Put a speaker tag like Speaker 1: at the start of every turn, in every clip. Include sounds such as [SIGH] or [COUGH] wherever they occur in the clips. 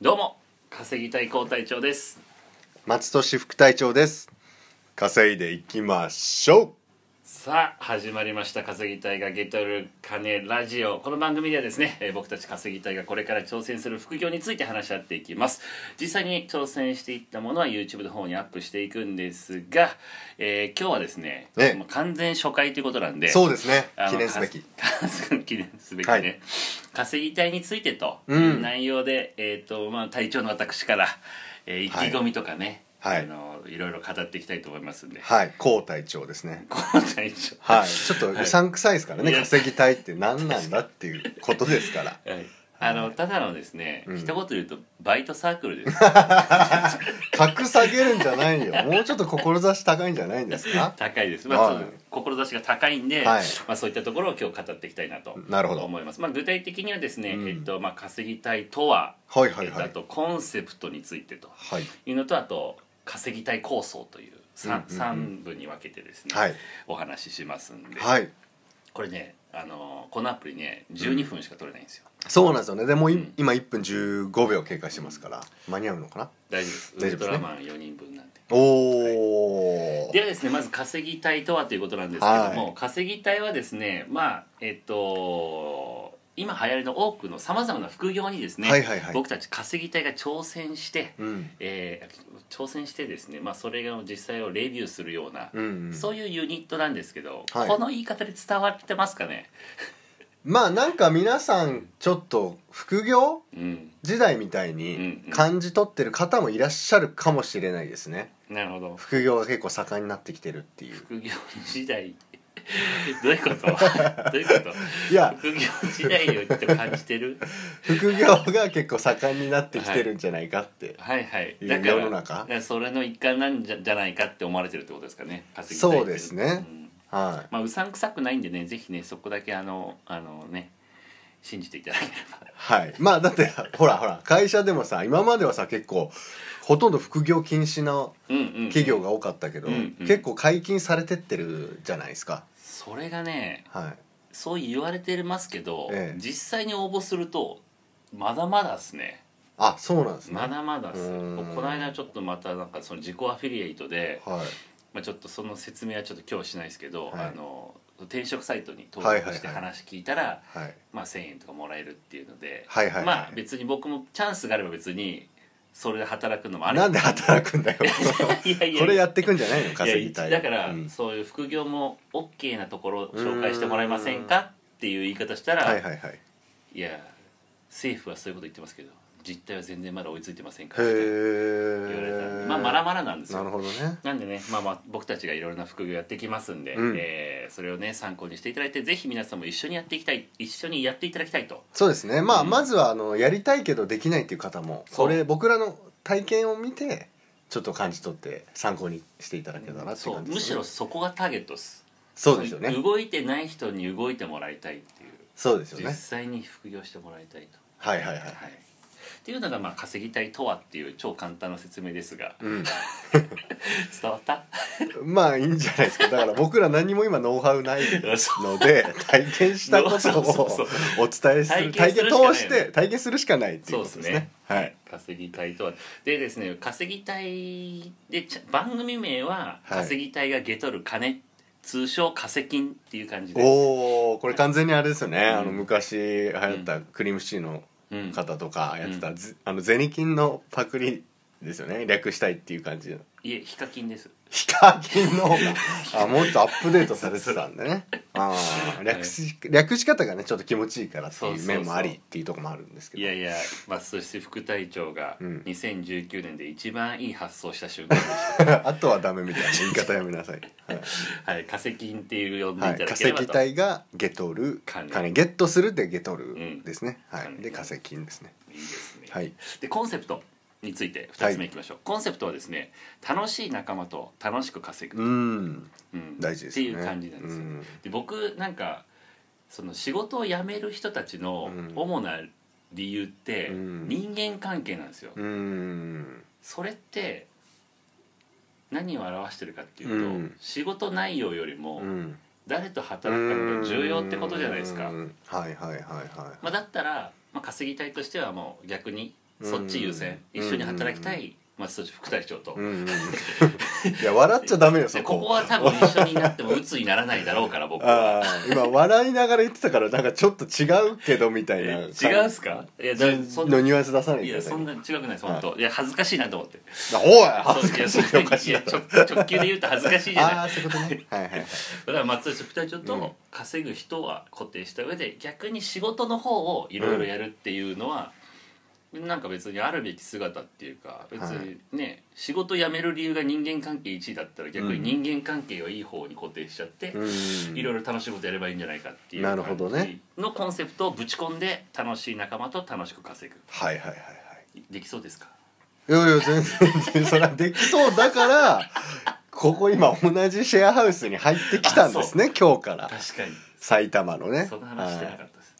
Speaker 1: どうも稼ぎたい高隊長です
Speaker 2: 松戸市副隊長です稼いでいきましょ
Speaker 1: さあ始まりました稼ぎたいがゲットる金ラジオこの番組ではですね、えー僕たち稼ぎたいがこれから挑戦する副業について話し合っていきます実際に挑戦していったものは YouTube の方にアップしていくんですが、えー今日はですね
Speaker 2: ね
Speaker 1: もう完全初回ということなん
Speaker 2: う
Speaker 1: で
Speaker 2: そうですね
Speaker 1: あの
Speaker 2: 記念すべき
Speaker 1: か記念すべきね、
Speaker 2: はい
Speaker 1: 稼ぎたいについてと、
Speaker 2: うん
Speaker 1: 内容で、えーとまあ、隊長の私から、えー意気
Speaker 2: はい
Speaker 1: 込みとかね、
Speaker 2: は
Speaker 1: あ
Speaker 2: い
Speaker 1: のいろいろ語っていきたいと思いますんで、
Speaker 2: はい高隊長ですね
Speaker 1: この隊長
Speaker 2: はいちょっとうさんくさいですからね、
Speaker 1: いや
Speaker 2: 稼ぎたいって何なんだっていうことですから
Speaker 1: あのただのですね、
Speaker 2: うん
Speaker 1: 一言で言うとバイトサークルです
Speaker 2: 格下げるんじゃないよもうちょっと志高いんじゃないんですか
Speaker 1: 高いです、まあ
Speaker 2: はい
Speaker 1: その志が高いんで、
Speaker 2: はい
Speaker 1: まあ、そういったところを今日語っていきたいなと
Speaker 2: なるほど
Speaker 1: 思います、まあ、具体的にはですね、
Speaker 2: うん
Speaker 1: えっとまあ、稼ぎたいとは、
Speaker 2: はいはいは
Speaker 1: だ
Speaker 2: い
Speaker 1: とコンセプトについてと
Speaker 2: はい
Speaker 1: いうのとあと稼ぎたい構想という 3,、
Speaker 2: うんうんうん
Speaker 1: 三部に分けてですね、
Speaker 2: はい
Speaker 1: お話ししますんで、
Speaker 2: はい
Speaker 1: これねあのこのアプリね12分しか取れないんですよ、
Speaker 2: そうなんですよねでもい
Speaker 1: うん
Speaker 2: 今1分15秒経過してますから間に合うのかな
Speaker 1: 大丈夫です
Speaker 2: 大丈夫
Speaker 1: ウ
Speaker 2: です
Speaker 1: ル
Speaker 2: ね
Speaker 1: トラマン4人分なんで
Speaker 2: おお
Speaker 1: ではですねまず稼ぎたいとはということなんですけども、
Speaker 2: は
Speaker 1: 稼ぎたいはですねまあえっと今流行りの多くのさまざまな副業にですね、
Speaker 2: はいはいはい
Speaker 1: 僕たち稼ぎたいが挑戦して、
Speaker 2: うん
Speaker 1: えー挑戦してですね、まあ、それを実際をレビューするような、
Speaker 2: うんうん
Speaker 1: そういうユニットなんですけど、
Speaker 2: はい
Speaker 1: この言い方で伝わってますかね、
Speaker 2: まあなんか皆さんちょっと副業
Speaker 1: うん、
Speaker 2: 時代みたい
Speaker 1: うん
Speaker 2: に
Speaker 1: うん
Speaker 2: 感じ取ってる方もいらっしゃるかもしれないですね
Speaker 1: なるほど
Speaker 2: 副業が結構盛んになってきてるっていう
Speaker 1: 副業時代 [LAUGHS] どういうこと
Speaker 2: [LAUGHS]
Speaker 1: どういうこと
Speaker 2: いや
Speaker 1: 副業時代をちょっと感じてる
Speaker 2: 副業が結構盛んになってきてるんじゃないかって、
Speaker 1: はいはい
Speaker 2: いう
Speaker 1: だから
Speaker 2: 世の中
Speaker 1: だからそれの一環なんじゃじゃないかって思われてるってことですかね稼ぎたい
Speaker 2: そうですね
Speaker 1: うん
Speaker 2: は
Speaker 1: まあうさんくさくないんでねぜひねそこだけあのあのね信じていただければ
Speaker 2: い、はい、まあだってほらほら会社でもさ今まではさ結構ほとんど副業禁止の
Speaker 1: うんうん
Speaker 2: 企業が多かったけど、
Speaker 1: うんうん
Speaker 2: 結構解禁されてってるじゃないですか
Speaker 1: それがね
Speaker 2: はい
Speaker 1: そう言われてますけど、
Speaker 2: ええ
Speaker 1: 実際に応募するとまだまだですね
Speaker 2: あそうなんですね
Speaker 1: まだまだっす
Speaker 2: うーん
Speaker 1: この間ちょっとまたなんかその自己アフィリエイトで、
Speaker 2: はい
Speaker 1: まあ、ちょっとその説明はちょっと今日しないですけど、
Speaker 2: はい
Speaker 1: あの転職サイトに登
Speaker 2: はいは
Speaker 1: 録
Speaker 2: いはい
Speaker 1: して話聞いたら、
Speaker 2: はい
Speaker 1: まあ、1,000円とかもらえるっていうので、
Speaker 2: はいはいはい
Speaker 1: まあ別に僕もチャンスがあれば別にそれで働くのもある
Speaker 2: なんで働くんだよ
Speaker 1: [LAUGHS] いやいやいや
Speaker 2: これやってくんじゃないの稼ぎたい
Speaker 1: やだから、
Speaker 2: うん
Speaker 1: そういう副業も OK なところを紹介してもらえませんかっていう言い方したら、
Speaker 2: はいはいはい
Speaker 1: い、や政府はそういうこと言ってますけど実態は全然まだ追いついてませんからって言われたんで
Speaker 2: へえ
Speaker 1: まあまらまらなんです
Speaker 2: なる
Speaker 1: よ
Speaker 2: ほどね
Speaker 1: なんでね、まあ、まあ僕たちがいろいろな副業やってきますんで、
Speaker 2: うん
Speaker 1: えーそれをね参考にしていただいてぜひ皆さんも一緒にやっていきたい一緒にやっていただきたいと
Speaker 2: そうですねまあ、
Speaker 1: うん
Speaker 2: まずはあのやりたいけどできないっていう方も
Speaker 1: そう
Speaker 2: これ僕らの体験を見てちょっと感じ取って参考にしていただけたらっていう
Speaker 1: そう
Speaker 2: 感じ
Speaker 1: む
Speaker 2: です
Speaker 1: し
Speaker 2: ね、
Speaker 1: ろそこがターゲットです
Speaker 2: そうですよね
Speaker 1: 動いてない人に動いてもらいたいっていう
Speaker 2: そうですよ
Speaker 1: 実
Speaker 2: ね
Speaker 1: 際に副業してもらいたいと、
Speaker 2: はいはいはい
Speaker 1: はい、っていうのが、まあ、稼ぎたいとはっていう超簡単な説明ですが伝わった [LAUGHS]
Speaker 2: うん、まあいいんじゃないですかだから僕ら何も今ノウハウない
Speaker 1: そ
Speaker 2: ので体験したこ
Speaker 1: [LAUGHS] そ
Speaker 2: と
Speaker 1: うそうそう
Speaker 2: をお伝えする
Speaker 1: 体験
Speaker 2: 体
Speaker 1: する
Speaker 2: 験
Speaker 1: しかない
Speaker 2: 通して体験するしかないっていうことですねはい、
Speaker 1: 稼ぎたいとはでですね稼ぎたいでちゃ番組名は「
Speaker 2: はい
Speaker 1: 稼ぎたいがゲトる金」通称「稼金」っていう感じで、
Speaker 2: おおこれ完全にあれですよね、
Speaker 1: うん
Speaker 2: あの昔流行ったクリームシチューの
Speaker 1: うん、
Speaker 2: 方とかやってた、
Speaker 1: う
Speaker 2: ぜあの銭金のパクリですよね略したいっていう感じの
Speaker 1: いえヒカキンです
Speaker 2: ヒカキンの方が [LAUGHS] あもっとアップデートされてたん
Speaker 1: [LAUGHS]
Speaker 2: でねあー略し略し方がねちょっと気持ちいいからって
Speaker 1: そう
Speaker 2: い
Speaker 1: そう
Speaker 2: う
Speaker 1: そう
Speaker 2: 面もありっていうところもあるんですけど
Speaker 1: いやいや、まあ、そして副隊長が
Speaker 2: うん
Speaker 1: 2019年で一番いい発想した瞬間でした、
Speaker 2: [LAUGHS] あとはダメみたいな言い方やめなさい、
Speaker 1: [LAUGHS]
Speaker 2: はい
Speaker 1: はい、化石金っていう呼んでい
Speaker 2: は
Speaker 1: た
Speaker 2: い、
Speaker 1: だ
Speaker 2: 化
Speaker 1: ければ
Speaker 2: 石
Speaker 1: と、
Speaker 2: 体がゲトル
Speaker 1: 金
Speaker 2: 金ゲットするでゲト
Speaker 1: ん
Speaker 2: ルですね、は
Speaker 1: 金
Speaker 2: いで化石金ですね
Speaker 1: い、いですね、
Speaker 2: はい
Speaker 1: でコンセプトについて2つ目いきましょう、コンセプトはですね楽しい仲間と楽しく稼ぐ、
Speaker 2: うん
Speaker 1: うん
Speaker 2: 大事ですね
Speaker 1: っていう感じなんですよ、
Speaker 2: うん
Speaker 1: で僕なんかその仕事を辞める人たちの
Speaker 2: うん
Speaker 1: 主な理由って
Speaker 2: うん
Speaker 1: 人間関係なんですよ、
Speaker 2: うん
Speaker 1: それって何を表してるかっていうと、
Speaker 2: うん
Speaker 1: 仕事内容より
Speaker 2: う
Speaker 1: も
Speaker 2: ん
Speaker 1: 誰と働くかのが重要ってことじゃないですか、
Speaker 2: うんはいはいはいはい
Speaker 1: まあ、だったら、まあ、稼ぎたいとしてはもう逆にそっち優先
Speaker 2: うん
Speaker 1: 一緒に働きたい松戸副隊長と、
Speaker 2: うんうん、いや笑っちゃダメよそ
Speaker 1: で
Speaker 2: こ
Speaker 1: ここは多分一緒になって
Speaker 2: [LAUGHS]
Speaker 1: も鬱にならないだろうから僕は。
Speaker 2: ああ今笑いながら言ってたからなんかちょっと違うけどみたいな
Speaker 1: え違うっすかいやだそん
Speaker 2: のニュアンス出さない
Speaker 1: い
Speaker 2: でく
Speaker 1: や
Speaker 2: ださ
Speaker 1: そ
Speaker 2: い
Speaker 1: んな違くないです本当いや恥ずかしいなと思って
Speaker 2: おい恥ずかしい
Speaker 1: そういや
Speaker 2: おかしい
Speaker 1: いや直直球で言うと恥ずかしいじゃない
Speaker 2: ああそういうことねはいはいはい
Speaker 1: だから松下副隊長
Speaker 2: うん
Speaker 1: と稼ぐ人は固定した上で逆に仕事の方をいろいろやるっていうのは、なんか別にあるべき姿っていうか別にね、仕事辞める理由が人間関係1位だったら逆に人間関係をいい方に固定しちゃって、
Speaker 2: うん
Speaker 1: いろいろ楽しいことやればいいんじゃないかっていう
Speaker 2: なるほどね
Speaker 1: 感じのコンセプトをぶち込んで楽しい仲間と楽しく稼ぐ
Speaker 2: はいはいはいはい
Speaker 1: できそうですか
Speaker 2: いやいや全然全然それはできそうだからここ今同じシェアハウスに入ってきたんですね今日から
Speaker 1: 確かに
Speaker 2: 埼玉のね
Speaker 1: そんな話してなかったです、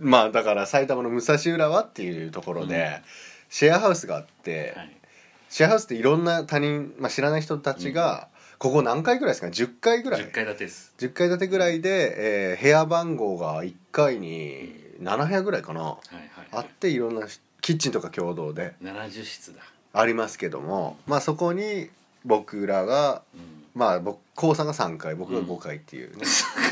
Speaker 2: まあだから埼玉の武蔵浦和っていうところで、
Speaker 1: うん
Speaker 2: シェアハウスがあって、
Speaker 1: はい
Speaker 2: シェアハウスっていろんな他人、まあ、知らない人たちが、ここ何回ぐらいですかね10回ぐらい
Speaker 1: 10階建てです
Speaker 2: 10階建てぐらいで、えー部屋番号が1回に7部屋ぐらいかな
Speaker 1: はいはい、
Speaker 2: あっていろんなキッチンとか共同で
Speaker 1: 70室だ、
Speaker 2: ありますけども、まあ、そこに僕らが
Speaker 1: うん [LAUGHS]
Speaker 2: まあ僕高さんが3回僕が5回っていうね、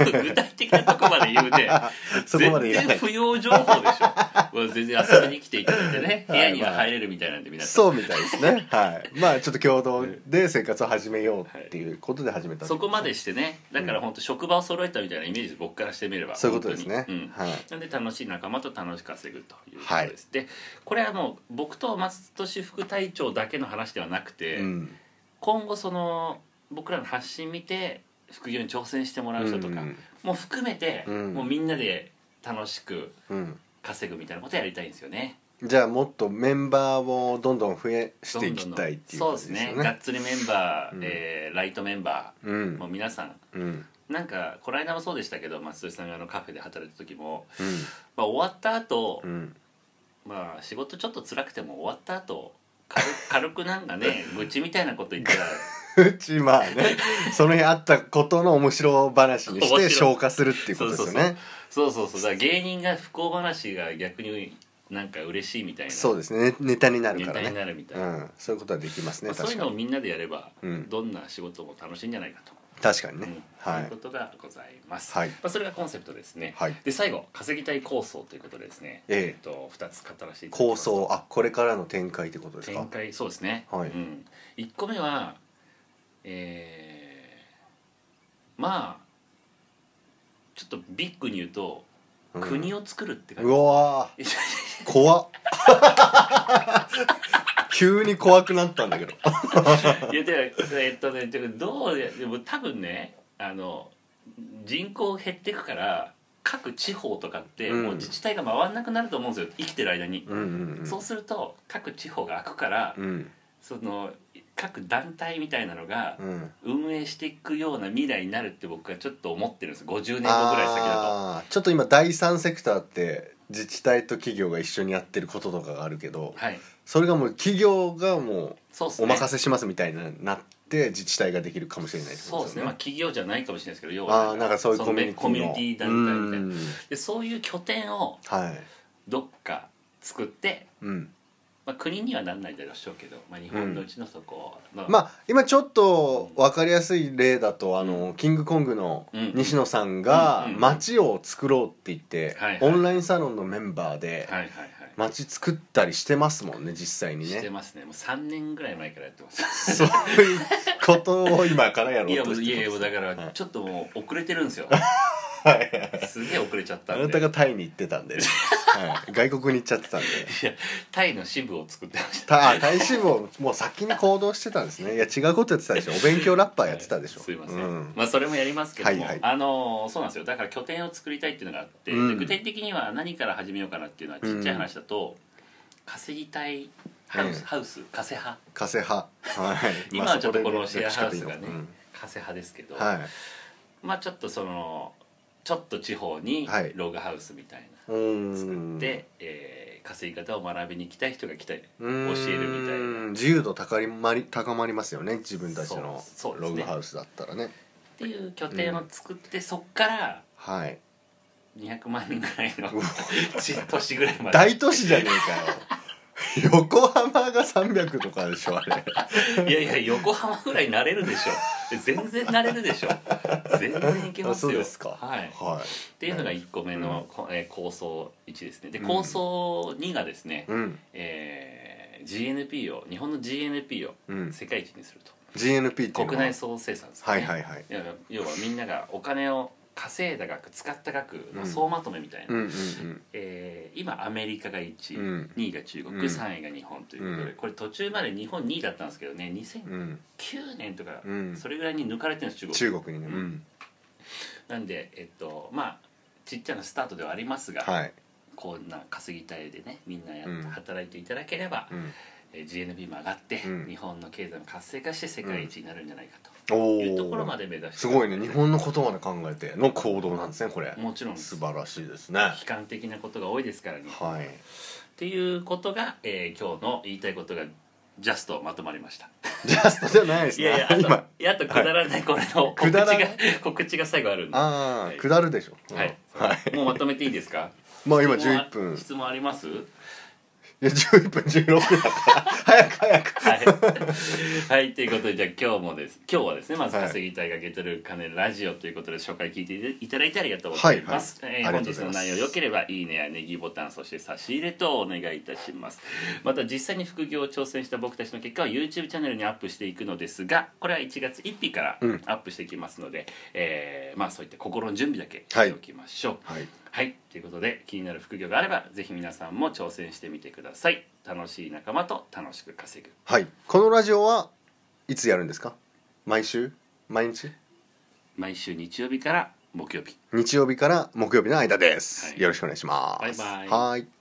Speaker 1: 具体的なとこまで言うね
Speaker 2: [LAUGHS] そこまでいら
Speaker 1: [LAUGHS] 全
Speaker 2: な
Speaker 1: 然
Speaker 2: い
Speaker 1: 不要情
Speaker 2: [LAUGHS]
Speaker 1: 報でしょもう全然遊びに来ていただいてね部
Speaker 2: はい
Speaker 1: 屋には入れるみたいなんで皆さん、
Speaker 2: そうみたいですねはいまあちょっと共同で生活を始めようっていうことで始めた
Speaker 1: そこまでしてねだから本当職場を揃えたみたいなイメージです僕からしてみれば
Speaker 2: そういうことですね
Speaker 1: 本、当にうん
Speaker 2: はい
Speaker 1: なんで楽しい仲間と楽しく稼ぐということ
Speaker 2: はい
Speaker 1: です、でこれはもう僕と松俊副隊長だけの話ではなくて、
Speaker 2: うん
Speaker 1: 今後その僕らの発信見て副業に挑戦してもらう人とか、
Speaker 2: うん
Speaker 1: もう含めて、
Speaker 2: うん
Speaker 1: もうみんなで楽しく
Speaker 2: うん
Speaker 1: 稼ぐみたいなことやりたいんですよね
Speaker 2: じゃあもっとメンバーをどんどん増やしていきたいっていう
Speaker 1: そう
Speaker 2: こ
Speaker 1: で
Speaker 2: と
Speaker 1: す
Speaker 2: ですよ
Speaker 1: ね
Speaker 2: ね
Speaker 1: がっつりメンバー、
Speaker 2: うん
Speaker 1: えーライトメンバ
Speaker 2: う
Speaker 1: ー
Speaker 2: ん
Speaker 1: もう皆さん
Speaker 2: うんうん
Speaker 1: なんかこの間もそうでしたけど松戸さんがあのカフェで働いた時も、まあ、終わった後、 [LAUGHS]
Speaker 2: うん
Speaker 1: まあ仕事ちょっと辛くても終わった後軽軽くなんか
Speaker 2: [LAUGHS]
Speaker 1: ね愚痴みたいなこと言ったら
Speaker 2: うちまあねその日あったことの面白話にし
Speaker 1: 面白
Speaker 2: て
Speaker 1: い
Speaker 2: 消化するっていうことですよね
Speaker 1: そうそうそうだから芸人が不幸話が逆になんか嬉しいみたいな
Speaker 2: そうですねねネタになる
Speaker 1: ネ
Speaker 2: か
Speaker 1: タ
Speaker 2: ら
Speaker 1: に
Speaker 2: ね
Speaker 1: なるみたいうな、
Speaker 2: んそういうことはできます
Speaker 1: ま
Speaker 2: ね
Speaker 1: あそういう
Speaker 2: 確か
Speaker 1: のを
Speaker 2: に
Speaker 1: みんなでやれば、
Speaker 2: うん
Speaker 1: どんな仕事も楽しいんじゃないかと、
Speaker 2: 確かに
Speaker 1: うん
Speaker 2: ねは
Speaker 1: いう
Speaker 2: い
Speaker 1: ことがございます、
Speaker 2: はい
Speaker 1: まあ、それがコンセプトですね、
Speaker 2: はい
Speaker 1: で最後稼ぎたい構想ということでですね、
Speaker 2: ええ
Speaker 1: っと2つ語らせていただきま
Speaker 2: 構
Speaker 1: す
Speaker 2: 想あこれからの展開ってことです
Speaker 1: 展
Speaker 2: か
Speaker 1: 開そうですね、
Speaker 2: はい
Speaker 1: うん、1個目はえー、まあちょっとビッグに言うと、
Speaker 2: うん
Speaker 1: 国を作るって感 [LAUGHS]
Speaker 2: う
Speaker 1: じ
Speaker 2: わ
Speaker 1: です
Speaker 2: ー怖っ [LAUGHS] 急に怖くなったんだ
Speaker 1: [LAUGHS]
Speaker 2: けど
Speaker 1: いやでえっとねてかどうやでも多分ねあの人口減っていくから各地方とかって
Speaker 2: うん
Speaker 1: もう自治体が回んなくなると思うんですよ生きてる間に、
Speaker 2: うんうんうん
Speaker 1: そうすると各地方が開くから、
Speaker 2: うん
Speaker 1: その各団体みたいなのが
Speaker 2: うん
Speaker 1: 運営していくような未来になるって僕はちょっと思ってるんです50年後ぐらい先だと
Speaker 2: あーちょっと今第三セクターって自治体と企業が一緒にやってることとかがあるけど
Speaker 1: はい
Speaker 2: それがもう企業がも
Speaker 1: そうです
Speaker 2: う
Speaker 1: ね
Speaker 2: お任せしますみたいになって自治体ができるかもしれないって
Speaker 1: そ
Speaker 2: こ
Speaker 1: う
Speaker 2: と
Speaker 1: ですね、まあ、企業じゃないかもしれないですけど要
Speaker 2: ああーなんかそういう
Speaker 1: そ
Speaker 2: コ
Speaker 1: の
Speaker 2: ミュ
Speaker 1: ね
Speaker 2: ニティの
Speaker 1: コミュニティ団体みたいな
Speaker 2: うん
Speaker 1: でそういう拠点を
Speaker 2: はい
Speaker 1: どっか作って
Speaker 2: うん
Speaker 1: まあ、国にはなんないでしょうけど、まあ、日本のうちのそこの、
Speaker 2: まあ今ちょっと分かりやすい例だとあのキングコングの
Speaker 1: うん
Speaker 2: 西野さんが
Speaker 1: うんうん
Speaker 2: 街を作ろうって言って
Speaker 1: はいはい
Speaker 2: オンラインサロンのメンバーで
Speaker 1: はいはいはい、
Speaker 2: 街作ったりしてますもんね実際にね
Speaker 1: してますねもう3年ぐらい前からやって
Speaker 2: [LAUGHS]
Speaker 1: ます
Speaker 2: そういうことを今からやろ
Speaker 1: いや
Speaker 2: う
Speaker 1: も
Speaker 2: と
Speaker 1: うい
Speaker 2: して
Speaker 1: やいやもうだか
Speaker 2: は
Speaker 1: ら
Speaker 2: い
Speaker 1: ちょっともう遅れてるんですよ
Speaker 2: はい
Speaker 1: すげえ遅れちゃった
Speaker 2: あ
Speaker 1: んで
Speaker 2: なたがタイに行ってたんで、ねはい、外国に行っちゃってたんで
Speaker 1: タイの支部を作ってました
Speaker 2: たあタイ支部をもう先に行動してたんですねいや違うことやってたでしょお勉強ラッパーやってたでしょ、
Speaker 1: すいません、
Speaker 2: うん
Speaker 1: まあそれもやりますけども、
Speaker 2: はいはい
Speaker 1: あのーそうなんですよだから拠点を作りたいっていうのがあって、
Speaker 2: うん
Speaker 1: で具体的には何から始めようかなっていうのはちっちゃい話だと、稼ぎたいハウス、
Speaker 2: うん
Speaker 1: ハウス稼派
Speaker 2: 加瀬派はい
Speaker 1: 今
Speaker 2: まあ
Speaker 1: はちょっと
Speaker 2: そ
Speaker 1: こ
Speaker 2: で
Speaker 1: のシェアハウスがね、
Speaker 2: どっちかというとうん
Speaker 1: 稼派ですけど、
Speaker 2: はい
Speaker 1: まあちょっとそのちょっと地方に
Speaker 2: はい
Speaker 1: ログハウスみたいな、
Speaker 2: うーん
Speaker 1: で、えー稼ぎ方を学びに来たい人が来たい教
Speaker 2: うーん
Speaker 1: えるみたいなっ
Speaker 2: 自由度高まり高まりますよね自分たちの
Speaker 1: そうそうです
Speaker 2: ロ
Speaker 1: ね
Speaker 2: グハウスだったらね
Speaker 1: ていう拠点を作って、そっから
Speaker 2: はい
Speaker 1: 200万人ぐらいの
Speaker 2: うわ
Speaker 1: ち都市ぐらいまで
Speaker 2: 大都市じゃねえかよ [LAUGHS] 横浜が300とかでしょあれ
Speaker 1: いやいや横浜ぐらいなれるでしょ全然なれるでしょ全然いけますよ
Speaker 2: あそうですか
Speaker 1: はい、
Speaker 2: はい
Speaker 1: っていうのが1個目の、こえー構想1ですねで
Speaker 2: うん
Speaker 1: 構想2がですね、
Speaker 2: うん
Speaker 1: えー GNP を日本の GNP を
Speaker 2: うん
Speaker 1: 世界一にすると、
Speaker 2: GNP っていうのは
Speaker 1: 国内総生産ですね
Speaker 2: はいはいはい
Speaker 1: いや要はみんながお金を稼いだ額使った額の総まとめみたいな、
Speaker 2: うんうんうん
Speaker 1: えー今アメリカが1位、
Speaker 2: うん
Speaker 1: 2位が中国、
Speaker 2: うん
Speaker 1: 3位が日本ということで、
Speaker 2: うん
Speaker 1: これ途中まで日本2位だったんですけどね2009
Speaker 2: うん
Speaker 1: 年とか、
Speaker 2: うん
Speaker 1: それぐらいに抜かれてるんです中国
Speaker 2: 中国にねうん
Speaker 1: なんでえっとまあちっちゃなスタートではありますが、
Speaker 2: はい
Speaker 1: こんな稼ぎたいでねみんなやっ
Speaker 2: うん
Speaker 1: 働いていただければ、
Speaker 2: うん
Speaker 1: えー GNP も上がって、
Speaker 2: うん
Speaker 1: 日本の経済も活性化して世界一になるんじゃないかと
Speaker 2: お
Speaker 1: いうところま
Speaker 2: お
Speaker 1: で目指して
Speaker 2: すごいね日本のことまで考えての行動なんですねこれ
Speaker 1: もちろん
Speaker 2: 素
Speaker 1: 悲
Speaker 2: 晴らしいですねは
Speaker 1: 観的なことが多いですからね [LAUGHS]
Speaker 2: い
Speaker 1: っていうことが、えー今日の言いたいことがジャストまとまりました
Speaker 2: ジャストじゃないです
Speaker 1: いやい
Speaker 2: ね
Speaker 1: [LAUGHS] やあと
Speaker 2: 今
Speaker 1: いやあとくだらないこれの告
Speaker 2: く
Speaker 1: 知
Speaker 2: だ
Speaker 1: が
Speaker 2: らない
Speaker 1: 告知が最後あるんでは
Speaker 2: ああ下るでしょう
Speaker 1: い、
Speaker 2: んはい
Speaker 1: もうまとめていいですか
Speaker 2: もう今
Speaker 1: 質問は
Speaker 2: 11分い
Speaker 1: 質問あります
Speaker 2: や11分16分だから早く早く
Speaker 1: はい、はい、 [LAUGHS] ということでじゃあ今日もです今日はですねまず「
Speaker 2: はい
Speaker 1: 稼ぎたいがゲットル金ラジオ」ということで紹介聞いていただいてありがとうございます、
Speaker 2: はいはい
Speaker 1: えー
Speaker 2: ありが
Speaker 1: 本
Speaker 2: と
Speaker 1: 日
Speaker 2: うござい
Speaker 1: の
Speaker 2: ます
Speaker 1: 内容良ければいいねやネギボタンそして差し入れとお願いいたしますまた実際に副業を挑戦した僕たちの結果は YouTube チャンネルにアップしていくのですがこれは1月1日から
Speaker 2: うん
Speaker 1: アップしていきますので、えーまあそういった心の準備だけしておきましょう、
Speaker 2: はい
Speaker 1: はい、ということで気になる副業があればぜひ皆さんも挑戦してみてください楽しい仲間と楽しく稼ぐ
Speaker 2: はいこのラジオはいつやるんですか毎週毎日
Speaker 1: 毎週日曜日から木曜日
Speaker 2: 日曜日から木曜日の間です、
Speaker 1: はい
Speaker 2: よろしくお願いします
Speaker 1: バイバイ
Speaker 2: はーい